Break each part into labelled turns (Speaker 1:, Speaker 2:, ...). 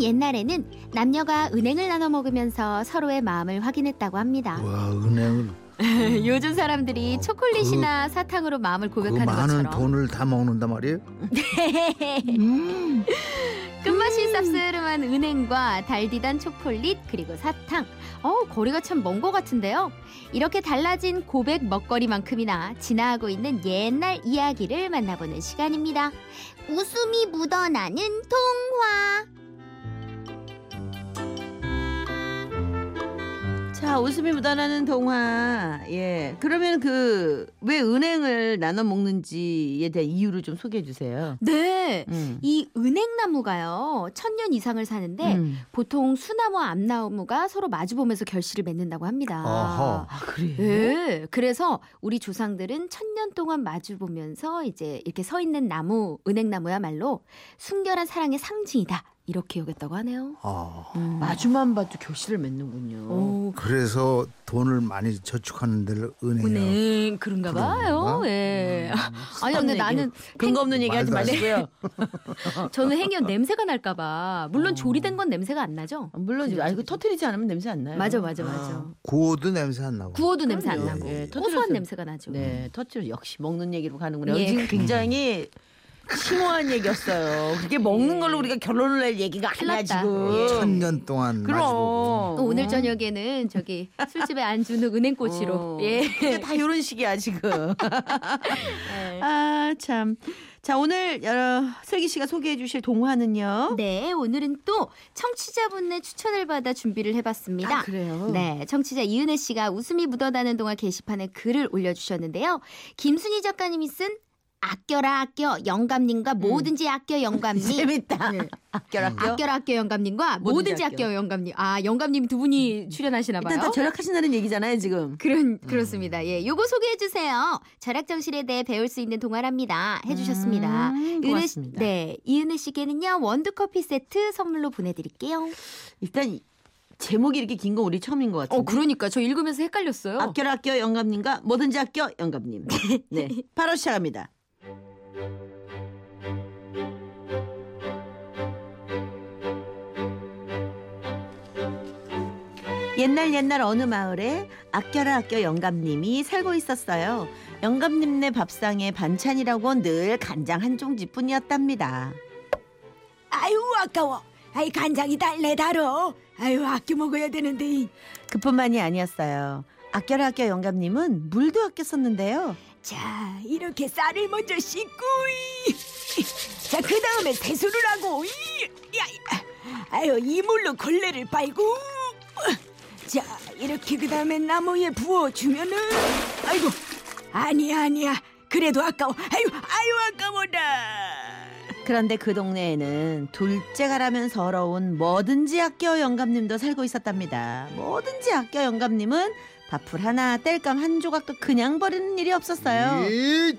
Speaker 1: 옛날에는 남녀가 은행을 나눠 먹으면서 서로의 마음을 확인했다고 합니다.
Speaker 2: 와 은행을
Speaker 1: 요즘 사람들이
Speaker 2: 어,
Speaker 1: 초콜릿이나 사탕으로 마음을
Speaker 2: 그
Speaker 1: 고백하는
Speaker 2: 많은
Speaker 1: 것처럼
Speaker 2: 돈을 다 먹는단 말이에요? 음.
Speaker 1: 끝맛이 쌉싸름한 은행과 달디단 초콜릿 그리고 사탕. 어 거리가 참 먼 것 같은데요. 이렇게 달라진 고백 먹거리만큼이나 지나가고 있는 옛날 이야기를 만나보는 시간입니다. 웃음이 묻어나는 통화.
Speaker 3: 자, 웃음이 묻어나는 동화. 예. 그러면 그 왜 은행을 나눠 먹는지에 대한 이유를 좀 소개해 주세요.
Speaker 1: 네.
Speaker 3: 음.
Speaker 1: 이 은행나무가요 천년 이상을 사는데
Speaker 3: 음.
Speaker 1: 보통 수나무와 암나무가 서로 마주보면서 결실을 맺는다고 합니다.
Speaker 2: 어허.
Speaker 3: 아, 그래요?
Speaker 1: 예. 그래서 우리 조상들은 천년 동안 마주 보면서 이제 이렇게 서 있는 나무, 은행나무야말로 순결한 사랑의 상징이다. 이렇게 여겼다고 하네요.
Speaker 2: 아
Speaker 3: 음. 마주만 봐도 교실을 맺는군요.
Speaker 1: 오,
Speaker 2: 그래서 돈을 많이 저축하는 데를 은행이에요.
Speaker 3: 네.
Speaker 1: 은행 그런가
Speaker 2: 그런가?
Speaker 1: 봐요. 예.
Speaker 3: 음.
Speaker 1: 아니 근데
Speaker 3: 쓰던
Speaker 1: 나는
Speaker 3: 근거 없는 얘기 하지
Speaker 2: 말도 안
Speaker 3: 마시고요. 아,
Speaker 1: 저는 행여 냄새가 날까 봐. 물론
Speaker 3: 어.
Speaker 1: 조리된 건 냄새가 안 나죠.
Speaker 3: 물론 이제 아 이거 터트리지 않으면 냄새 안 나요.
Speaker 1: 맞아 맞아
Speaker 3: 아.
Speaker 1: 맞아.
Speaker 2: 구워도 냄새 안 나고.
Speaker 1: 구워도 냄새 안
Speaker 3: 그럼요.
Speaker 1: 나고
Speaker 3: 예,
Speaker 1: 고소한
Speaker 3: 터뜨려서-
Speaker 1: 냄새가 나죠.
Speaker 3: 네, 터치를 역시 먹는 얘기로 가는군요.
Speaker 1: 예.
Speaker 3: 지금 굉장히 심오한 얘기였어요. 그게 먹는
Speaker 1: 예.
Speaker 3: 걸로 우리가 결론을 낼 얘기가
Speaker 1: 큰일
Speaker 3: 아니야
Speaker 1: 났다. 예.
Speaker 3: 지금.
Speaker 2: 천년 동안
Speaker 3: 그럼
Speaker 1: 또 오늘 저녁에는 저기 술집에 안 주는 은행꽃으로
Speaker 3: 어.
Speaker 1: 예.
Speaker 3: 그게 다 이런 식이야 지금. 아 참. 자 오늘 어, 슬기 씨가 소개해 주실 동화는요.
Speaker 1: 네, 오늘은 또 청취자분의 추천을 받아 준비를 해봤습니다.
Speaker 3: 아, 그래요.
Speaker 1: 네, 청취자 이은혜 씨가 웃음이 묻어나는 동안 게시판에 글을 올려주셨는데요. 김순희 작가님이 쓴 아껴라 아껴 영감님과 뭐든지 아껴 영감님.
Speaker 3: 음. 재밌다.
Speaker 1: 네.
Speaker 3: 아껴라 아껴.
Speaker 1: 아껴라 아껴 영감님과
Speaker 3: 뭐든지
Speaker 1: 뭐든지 아껴
Speaker 3: 아껴 음.
Speaker 1: 영감님. 아, 영감님 두 분이 출연하시나 봐요.
Speaker 3: 일단 다 절약하신다는 얘기잖아요 지금.
Speaker 1: 그런 그렇습니다. 예, 요거 소개해 주세요. 절약 정신에 대해 배울 수 있는 동화랍니다. 해주셨습니다.
Speaker 3: 음,
Speaker 1: 은혜 씨,
Speaker 3: 고맙습니다.
Speaker 1: 네, 이은혜 씨께는요 원두 커피 세트 선물로 보내드릴게요.
Speaker 3: 일단 이- 제목이 이렇게 긴 건 우리 처음인 것 같은데.
Speaker 1: 어, 그러니까 저 읽으면서 헷갈렸어요.
Speaker 3: 아껴라 아껴 영감님과 뭐든지 아껴 영감님. 네, 바로 시작합니다. 옛날 옛날 어느 마을에 아껴라 아껴 영감님이 살고 있었어요. 영감님네 밥상에 반찬이라고 늘 간장 한 종지뿐이었답니다.
Speaker 4: 아유 아까워. 아이 간장이 달래 달어. 아유 아껴 먹어야 되는데.
Speaker 3: 그뿐만이 아니었어요. 아껴라 아껴 영감님은 물도 아껴 썼는데요.
Speaker 4: 자 이렇게 쌀을 먼저 씻고. 자그 다음에 세수를 하고. 이, 야, 야. 아유 이물로 걸레를 빨고. 자 이렇게 그 다음에 나무에 부어 주면은. 아이고 아니야 아니야. 그래도 아까워. 아유 아유 아까워다.
Speaker 3: 그런데 그 동네에는 둘째가라면 서러운 뭐든지 아껴 영감님도 살고 있었답니다. 뭐든지 아껴 영감님은 밥풀 하나 뗄감 한 조각도 그냥 버리는 일이 없었어요.
Speaker 2: 이-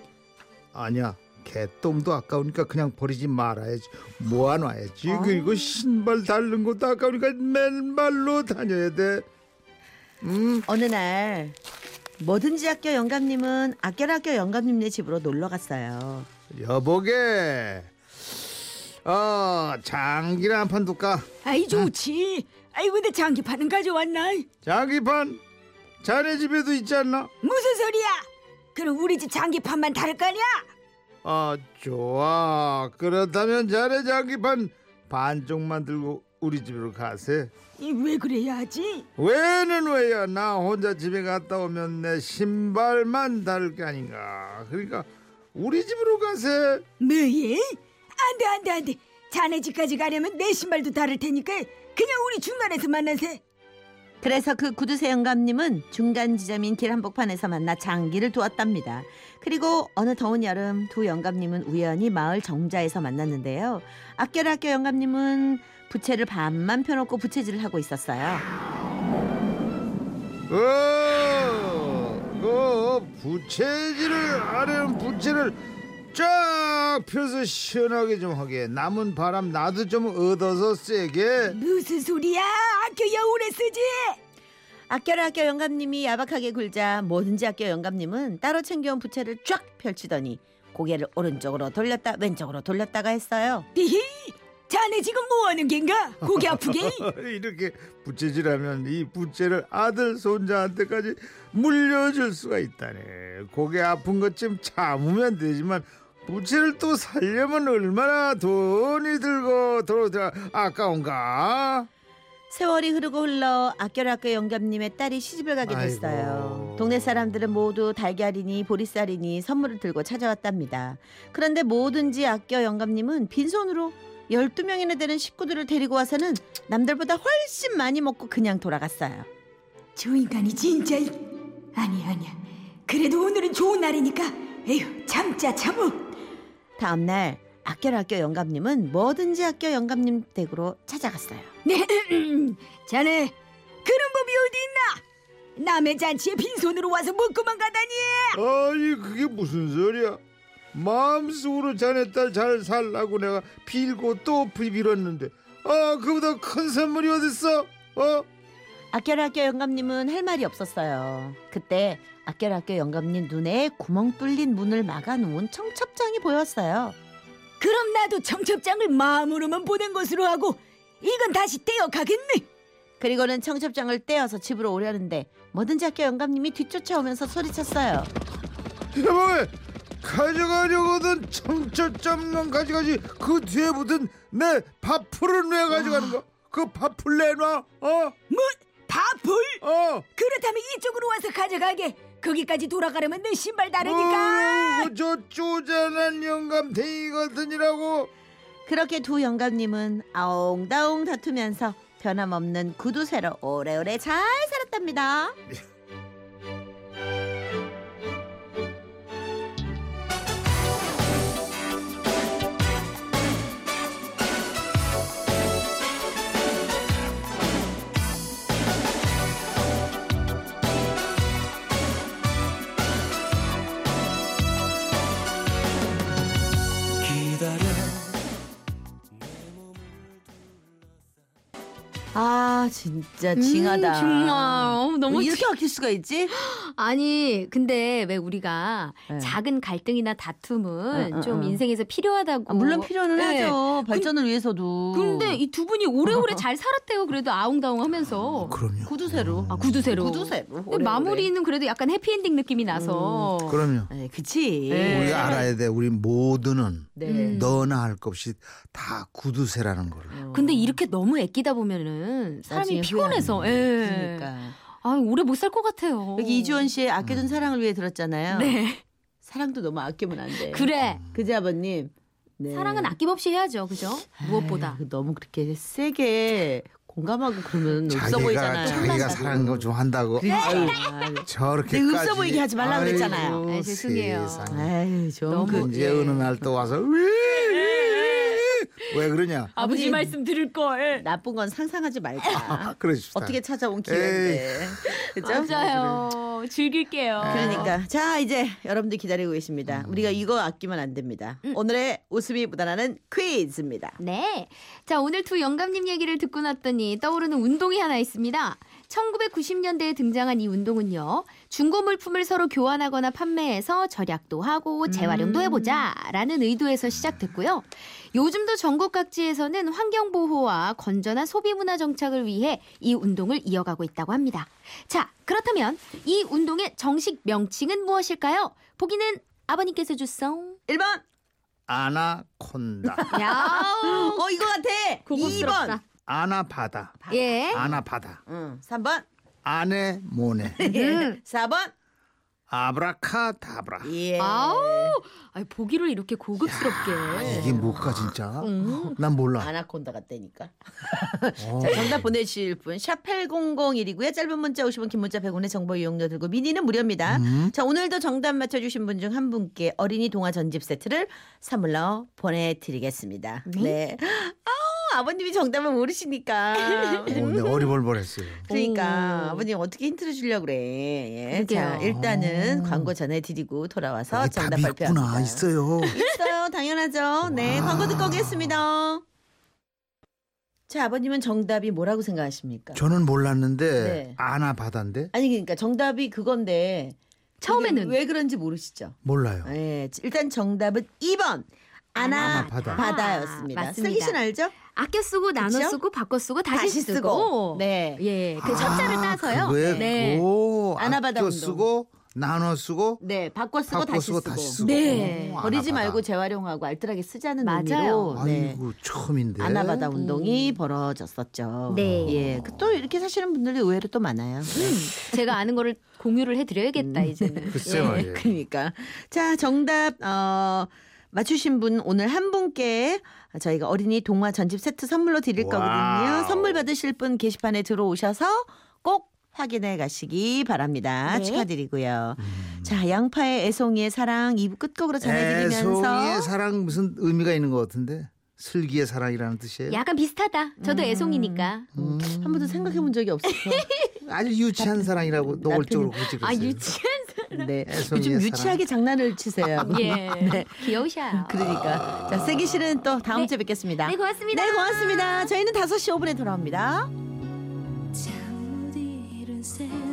Speaker 2: 아니야. 개똥도 아까우니까 그냥 버리지 말아야지. 모아놔야지.
Speaker 3: 아.
Speaker 2: 그리고 신발 닳는 것도 아까우니까 맨발로 다녀야 돼. 음.
Speaker 3: 어느 날 뭐든지 아껴 영감님은 아껴라 아껴 영감님네 집으로 놀러 갔어요.
Speaker 2: 여보게. 어, 장기나 한 판 둘까?
Speaker 4: 아이 좋지. 아이 근데 장기파는 가져왔나?
Speaker 2: 장기판 자네 집에도 있지 않나?
Speaker 4: 무슨 소리야? 그럼 우리 집 장기판만 다를 거냐?
Speaker 2: 아 좋아 그렇다면 자네 장기판 반쪽만 들고 우리 집으로 가세
Speaker 4: 이 왜 그래야 하지?
Speaker 2: 왜는 왜야 나 혼자 집에 갔다 오면 내 신발만 닳을 게 아닌가 그러니까 우리 집으로 가세
Speaker 4: 뭐예? 안돼 안돼 안돼. 자네 집까지 가려면 내 신발도 다를 테니까 그냥 우리 중간에서 만나세.
Speaker 3: 그래서 그 구두쇠 영감님은 중간 지점인 길 한복판에서 만나 장기를 두었답니다. 그리고 어느 더운 여름 두 영감님은 우연히 마을 정자에서 만났는데요. 아껴라 아껴 영감님은 부채를 반만 펴놓고 부채질을 하고 있었어요.
Speaker 2: 어, 어그 부채질을 하려는 부채를 쫙 펴서 시원하게 좀 하게 남은 바람 나도 좀 얻어서 세게
Speaker 4: 무슨 소리야? 아껴야 오래 쓰지.
Speaker 3: 아껴라 아껴 영감님이 야박하게 굴자 뭐든지 아껴 영감님은 따로 챙겨온 부채를 쫙 펼치더니 고개를 오른쪽으로 돌렸다 왼쪽으로 돌렸다가 했어요.
Speaker 4: 디히. 자네 지금 뭐하는 겐가? 고개 아프게?
Speaker 2: 이렇게 부채질하면 이 부채를 아들 손자한테까지 물려줄 수가 있다네. 고개 아픈 것쯤 참으면 되지만 부채를 또 살려면 얼마나 돈이 들고 들어 아까운가?
Speaker 3: 세월이 흐르고 흘러 아껴라껴 영감님의 딸이 시집을 가게 됐어요.
Speaker 2: 아이고.
Speaker 3: 동네 사람들은 모두 달걀이니 보리쌀이니 선물을 들고 찾아왔답니다. 그런데 뭐든지 아껴 영감님은 빈손으로 12명이나 되는 식구들을 데리고 와서는 남들보다 훨씬 많이 먹고 그냥 돌아갔어요.
Speaker 4: 저 인간이 진짜 이... 아니야 아니야 그래도 오늘은 좋은 날이니까 에휴 참자 참어
Speaker 3: 다음날 아껴라껴 영감님은 뭐든지 아껴 영감님 댁으로 찾아갔어요.
Speaker 4: 네 자네 그런 법이 어디 있나 남의 잔치에 빈손으로 와서 먹고만 가다니
Speaker 2: 아니 그게 무슨 소리야? 마음속으로 자네 딸 잘 살라고 내가 빌고 또 빌었는데 아 그보다 큰 선물이 어딨어? 어?
Speaker 3: 아껴라껴 영감님은 할 말이 없었어요. 그때 아껴라껴 영감님 눈에 구멍 뚫린 문을 막아놓은 청첩장이 보였어요.
Speaker 4: 그럼 나도 청첩장을 마음으로만 보낸 것으로 하고 이건 다시 떼어가겠네
Speaker 3: 그리고는 청첩장을 떼어서 집으로 오려는데 뭐든지 아껴 영감님이 뒤쫓아오면서 소리쳤어요.
Speaker 2: 여보에 가져가려거든 청첩장만 가져가지 그 뒤에 붙은 내 밥풀은 왜 가져가는 거? 그 밥풀 내놔 어?
Speaker 4: 뭐 밥풀
Speaker 2: 어?
Speaker 4: 그렇다면 이쪽으로 와서 가져가게 거기까지 돌아가려면 내 신발 다르니까
Speaker 2: 어, 저 쪼잔한 영감탱이거든이라고
Speaker 3: 그렇게 두 영감님은 아웅다웅 다투면서 변함없는 구두쇠로 오래오래 잘 살았답니다. 아 진짜 징하다. 뭐
Speaker 1: 음, 정말 어, 너무
Speaker 3: 이렇게 아낄 수가 있지?
Speaker 1: 아니 근데 왜 우리가
Speaker 3: 네.
Speaker 1: 작은 갈등이나 다툼은
Speaker 3: 어, 어,
Speaker 1: 좀
Speaker 3: 어.
Speaker 1: 인생에서 필요하다고
Speaker 3: 아, 물론
Speaker 4: 예,
Speaker 3: 필요는
Speaker 1: 네.
Speaker 3: 하죠. 발전을 위해서도.
Speaker 1: 근데 이 두 분이 오래오래 잘 살았대요 그래도 아웅다웅하면서
Speaker 2: 그럼요
Speaker 3: 구두쇠로.
Speaker 1: 아 구두쇠로
Speaker 3: 구두쇠로.
Speaker 1: 근데
Speaker 3: 오래오래.
Speaker 1: 마무리는 그래도 약간 해피엔딩 느낌이 나서
Speaker 2: 그럼요
Speaker 3: 네, 그치.
Speaker 1: 네.
Speaker 2: 우리가 알아야 돼 우리 모두는
Speaker 3: 네.
Speaker 1: 음.
Speaker 2: 너나 할 것 없이 다 구두쇠라는 걸
Speaker 3: 어,
Speaker 1: 근데 이렇게 너무 애끼다 보면은 사람이
Speaker 3: 나중에
Speaker 1: 피곤해서 예.
Speaker 3: 어, 그러니까
Speaker 1: 아 오래 못 살 것 같아요
Speaker 3: 여기 이주원 씨의
Speaker 2: 음.
Speaker 3: 아껴둔 사랑을 위해 들었잖아요.
Speaker 1: 어. 네
Speaker 3: 사랑도 너무 아끼면 안 돼.
Speaker 1: 그래
Speaker 3: 그지 아버님. 네.
Speaker 1: 사랑은 아낌없이 해야죠 그죠 무엇보다
Speaker 3: 아이고, 너무 그렇게 세게 공감하고 그러면 없어
Speaker 2: 자기가
Speaker 3: 네, 보이잖아요.
Speaker 2: 자기가 사랑하는 거 좋아한다고 아유,
Speaker 3: 아유,
Speaker 2: 저렇게까지
Speaker 3: 없어 보이게 하지 말라 그랬잖아요. 네,
Speaker 2: 아이고,
Speaker 1: 아이, 죄송해요.
Speaker 2: 세상에.
Speaker 3: 아유, 좀
Speaker 1: 너무
Speaker 3: 그,
Speaker 2: 이제 어느 날 또 와서 왜 그러냐?
Speaker 1: 아버지
Speaker 3: 아버지.
Speaker 1: 말씀 들을 걸
Speaker 3: 나쁜 건 상상하지 말자.
Speaker 2: 아, 그러십시다.
Speaker 3: 아, 어떻게 찾아온 기회인데. 그죠?
Speaker 1: 네. 맞아요.
Speaker 4: 어,
Speaker 3: 어,
Speaker 1: 즐길게요. 어.
Speaker 3: 그러니까 자 이제 여러분들 기다리고 계십니다.
Speaker 1: 음.
Speaker 3: 우리가 이거 아끼면 안 됩니다. 오늘의 웃음이 묻어나는 퀴즈입니다.
Speaker 1: 네. 자, 오늘 두 영감님 얘기를 듣고 났더니 떠오르는 운동이 하나 있습니다. 1990년대에 등장한 이 운동은요. 중고 물품을 서로 교환하거나 판매해서 절약도 하고 재활용도 해보자 라는 의도에서 시작됐고요. 요즘도 전국 각지에서는 환경보호와 건전한 소비문화 정착을 위해 이 운동을 이어가고 있다고 합니다. 자, 그렇다면 이 운동의 정식 명칭은 무엇일까요? 보기는 아버님께서 주성.
Speaker 3: 1번.
Speaker 2: 아나콘다,
Speaker 3: 네.
Speaker 1: 야우.
Speaker 3: 어 이거 같아. 2번.
Speaker 1: 고급스럽다.
Speaker 2: 아나바다,
Speaker 3: 네?
Speaker 1: 예.
Speaker 2: 아나바다,
Speaker 3: 응. 3번.
Speaker 2: 아네 모네,
Speaker 1: 음.
Speaker 3: 4번.
Speaker 2: 아브라카다브라.
Speaker 3: 예.
Speaker 1: 아우, 아니, 보기로 이렇게 고급스럽게.
Speaker 2: 이게 뭐가 진짜?
Speaker 1: 음.
Speaker 2: 난 몰라.
Speaker 3: 네. 아나콘다 같다니까.
Speaker 2: 어.
Speaker 3: 자, 정답 보내주실 분, 샵8001이고요. 짧은 문자 50원, 긴 문자 100원의 정보 이용료 들고 미니는 무료입니다.
Speaker 2: 음.
Speaker 3: 자, 오늘도 정답 맞춰주신 분 중 한 분께 어린이 동화 전집 세트를 선물로 보내드리겠습니다. 네. 아우, 아버님이 정답을 모르시니까.
Speaker 2: 어, 내 어리벌벌했어요.
Speaker 3: 그러니까
Speaker 1: 오.
Speaker 3: 아버님 어떻게 힌트를 주려고 그래. 예.
Speaker 1: 그러게요. 어.
Speaker 3: 자, 일단은
Speaker 2: 오.
Speaker 3: 광고 전해드리고 돌아와서
Speaker 2: 이게
Speaker 3: 정답
Speaker 2: 답이 있구나
Speaker 3: 발표합니다.
Speaker 2: 있어요.
Speaker 3: 있어요. 당연하죠. 네,
Speaker 2: 와.
Speaker 3: 광고 듣고 오겠습니다. 자, 아버님은 정답이 뭐라고 생각하십니까?
Speaker 2: 저는 몰랐는데
Speaker 3: 네.
Speaker 2: 아나바다인데
Speaker 3: 아니 그러니까 정답이 그건데
Speaker 1: 처음에는
Speaker 3: 그게 왜 그런지 모르시죠?
Speaker 2: 몰라요.
Speaker 3: 예, 일단 정답은 2번 아나
Speaker 2: 바다.
Speaker 3: 바다였습니다.
Speaker 1: 아, 맞습니다.
Speaker 3: 슬기 씨는 알죠?
Speaker 1: 아껴 쓰고 나눠
Speaker 3: 그쵸?
Speaker 1: 쓰고 바꿔 쓰고 다시,
Speaker 3: 다시
Speaker 1: 쓰고.
Speaker 3: 쓰고. 네.
Speaker 1: 예. 그 첫자를 따서요.
Speaker 2: 아, 그거에 뭐.
Speaker 1: 네.
Speaker 2: 고
Speaker 3: 아나바다
Speaker 2: 아껴
Speaker 3: 운동.
Speaker 2: 쓰고 나눠 쓰고
Speaker 3: 네, 바꿔 쓰고
Speaker 2: 바꿔
Speaker 3: 다시
Speaker 2: 쓰고
Speaker 3: 쓰고.
Speaker 2: 다시 쓰고.
Speaker 1: 네.
Speaker 2: 오,
Speaker 3: 버리지
Speaker 2: 아나바다.
Speaker 3: 말고 재활용하고 알뜰하게 쓰자는
Speaker 1: 맞아요. 음.
Speaker 3: 의미로 네.
Speaker 2: 아이고 처음인데.
Speaker 3: 아나바다 운동이 벌어졌었죠.
Speaker 1: 네.
Speaker 3: 예, 그또 이렇게 사시는 분들이 의외로 또 많아요.
Speaker 2: 네,
Speaker 3: 네.
Speaker 1: 음, 제가 아는 거를 공유를 해드려야겠다 이제는.
Speaker 2: 글쎄
Speaker 1: 예.
Speaker 2: 말이에요.
Speaker 3: 그러니까 자 정답 어, 맞추신 분 오늘 한 분께 저희가 어린이 동화 전집 세트 선물로 드릴 거거든요.
Speaker 2: 와우.
Speaker 3: 선물 받으실 분 게시판에 들어오셔서 꼭 확인해 가시기 바랍니다.
Speaker 1: 네.
Speaker 3: 축하드리고요.
Speaker 2: 음.
Speaker 3: 자 양파의 애송이의 사랑 2부 끝곡으로
Speaker 2: 애송이의
Speaker 3: 전해드리면서
Speaker 2: 사랑 무슨 의미가 있는 것 같은데 슬기의 사랑이라는 뜻이에요.
Speaker 1: 약간 비슷하다. 저도 애송이니까.
Speaker 3: 음, 한 번도 생각해 본 적이 없어서
Speaker 2: 아주 유치한 사랑이라고 노골적으로 굳이
Speaker 1: 아
Speaker 2: 그랬어요.
Speaker 1: 유치한
Speaker 3: 네.
Speaker 2: 애송이의
Speaker 3: 요즘
Speaker 2: 사랑.
Speaker 3: 유치하게 장난을 치세요.
Speaker 1: 예. 귀여우셔요.
Speaker 3: 그러니까 자 세기 씨는 또 다음 주에 뵙겠습니다.
Speaker 1: 네 고맙습니다.
Speaker 3: 네, 고맙습니다. 저희는 5시 5분에 돌아옵니다.
Speaker 5: 잠못 이룬 새벽